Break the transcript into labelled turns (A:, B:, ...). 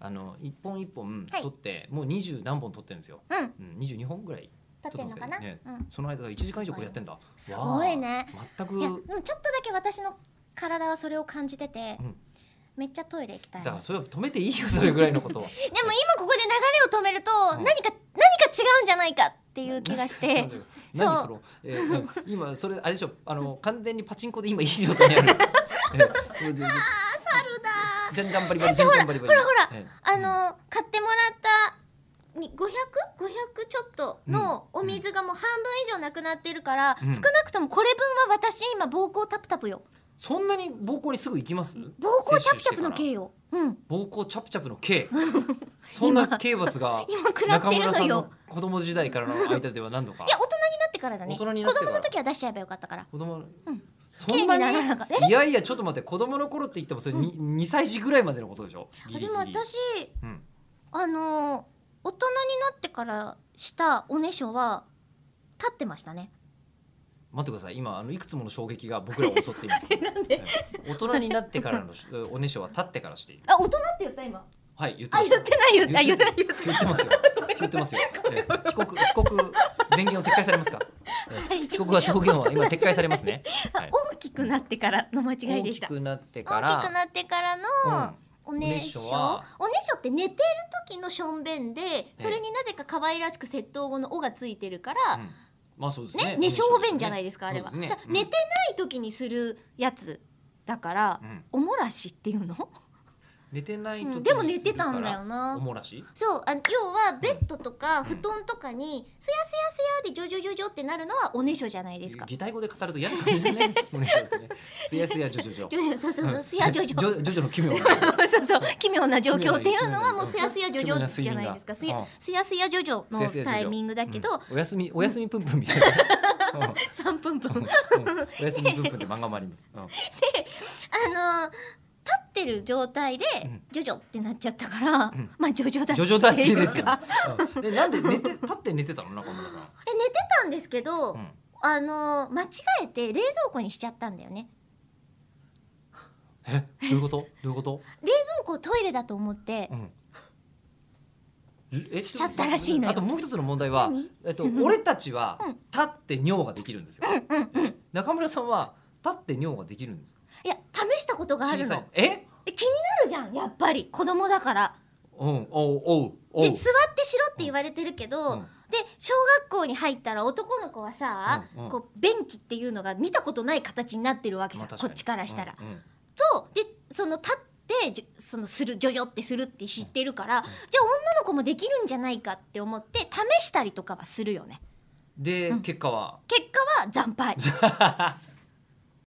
A: あの一本一本
B: はい
A: 取って、もう二十何本取ってるんですよ。
B: うん
A: うん、二十二本ぐらい。
B: 撮ってんのかな、
A: 撮ってます
B: うん、
A: その間一時間以上これやってんだ。
B: すごい
A: わ
B: ね
A: あ。全
B: いや
A: く。
B: うんちょっとだけ私の体はそれを感じてて、
A: うん
B: めっちゃトイレ行きたい
A: だ
B: で
A: か
B: も
A: らそれは止めていいよそれぐらいのことは。
B: 今ここで流れを止めると
A: うん
B: 何か、何か違うんじゃないかっていう気がして
A: な何
B: そ
A: そ
B: う
A: の、えーなんか今それあれでしょあの完全にパチンコで今いい状態にあ る。えーこれで
B: 猿だ
A: じゃんじゃんバリバリじゃんじゃんバリバリ。
B: ほらほら
A: え
B: あ
A: ーうん
B: の、買ってもらったに 500? 500ちょっとの
A: うん
B: お水がもう半分以上なくなってるから、
A: うん
B: 少なくともこれ分は私今膀胱タプタプよ
A: そんなに膀胱にすぐ行きます？
B: 膀胱チャプチャプの
A: 摂取して
B: 刑よ うん
A: から。膀胱チャプチャプの 刑。そんな刑罰が
B: 今食らっ
A: 中
B: てる
A: 村
B: の
A: さん
B: よ
A: の子供時代からの間では何度か
B: い。や大人になってからだね
A: 大人になってから
B: 子供の時は出しちゃえばよかったから
A: 子供の
B: うん
A: そんな
B: 刑になら
A: に
B: なかっ
A: いやいやちょっと待って子供の頃って言ってもそれに二歳児ぐらいまでのことでしょ。ギリ
B: あで
A: ギリ
B: も私
A: うん
B: あの大人になってからしたおねしょは立ってましたね
A: 待ってください今あのいくつもの衝撃が僕らを襲っています はい大人になってからのおねしょは立ってからしている
B: あ大人って言った今
A: はい言って
B: あ
A: ます
B: 言ってない言ってあ言ってない言って
A: 言ってますよ言ってますよえー被告被告前言を撤回されますかえー
B: ない
A: 被告は証言は 今撤回されますねはい
B: 大きくなってからの間違い
A: 大
B: でし
A: き
B: た
A: くなってか
B: 大きく
A: ら
B: なってからのおねしょ
A: おねしょは
B: おねしょって寝てる時のしょんべんでそれになぜか可愛らしく窃盗後の「お」がついてるから
A: うんまあそうです
B: ね
A: ね
B: 寝しょんべんじゃないいですかあれは
A: そうですね
B: だから
A: うん
B: 寝てない時にするやつだからおもらしっていうの
A: 寝てない時
B: う
A: に
B: んでも寝てたんだ
A: するか
B: よ
A: らお
B: な
A: もらし
B: そうあ要はベッドとか
A: ん
B: 布団とかにすやすやすやでジョジョジョジョってなるのはおねしょじゃないですか。
A: 擬態語で語ると嫌な感じだね おねしょってねすやすやジョジョジョ
B: ジョジョそうそうそう すやジョジョ。
A: ジョ ジョの奇妙な
B: そうそう奇妙な状況っていうのはもう
A: うん
B: すやすやジョジョじゃないですか。す
A: 奇妙
B: や
A: な睡眠が
B: すやすやジョジョ
A: すやすやジョジョ
B: のタイミングだけど
A: うんおやすみおやすみぷんぷんみたいな、 うん
B: 三分分あ
A: う
B: の
A: ん
B: 立
A: おやすみぷんぷんで漫画もあります、 うん
B: ってる状態で
A: うん
B: ジョジョってなっちゃったから
A: ん
B: まあジョジョ立ち
A: ジョジョ立ちです
B: っていう
A: よ
B: か。
A: うんでなんで寝て立って寝てたの中村さん。
B: え寝てたん ですけど
A: うん
B: あの間違えて冷蔵庫にしちゃったんだよね。
A: えどういうことどういうこと？
B: 冷蔵庫をトイレだと思って
A: うん。え
B: しちゃったらしいのよ
A: あともう一つの問題は
B: 何、
A: えっと俺たちは
B: うん
A: 立って尿ができるんですよ。中村さんは立って尿ができるんですか。
B: いや試したことがある
A: 小さ
B: の
A: い。え？
B: え気になるじゃんやっぱり子供だから
A: うん。おうおうおう。
B: で座ってしろって言われてるけど、
A: うん
B: で小学校に入ったら男の子はさ、
A: うんうん
B: こう便器っていうのが見たことない形になってるわけ
A: ま
B: さ、
A: あ確
B: こ
A: に
B: っちからしたら。
A: うんうん
B: とでその立ってじゅそのするジョジョってするって知ってるから、じゃあ女の子もできるんじゃないかって思って試したりとかはするよね。
A: で
B: うん
A: 結果は
B: 結果は惨敗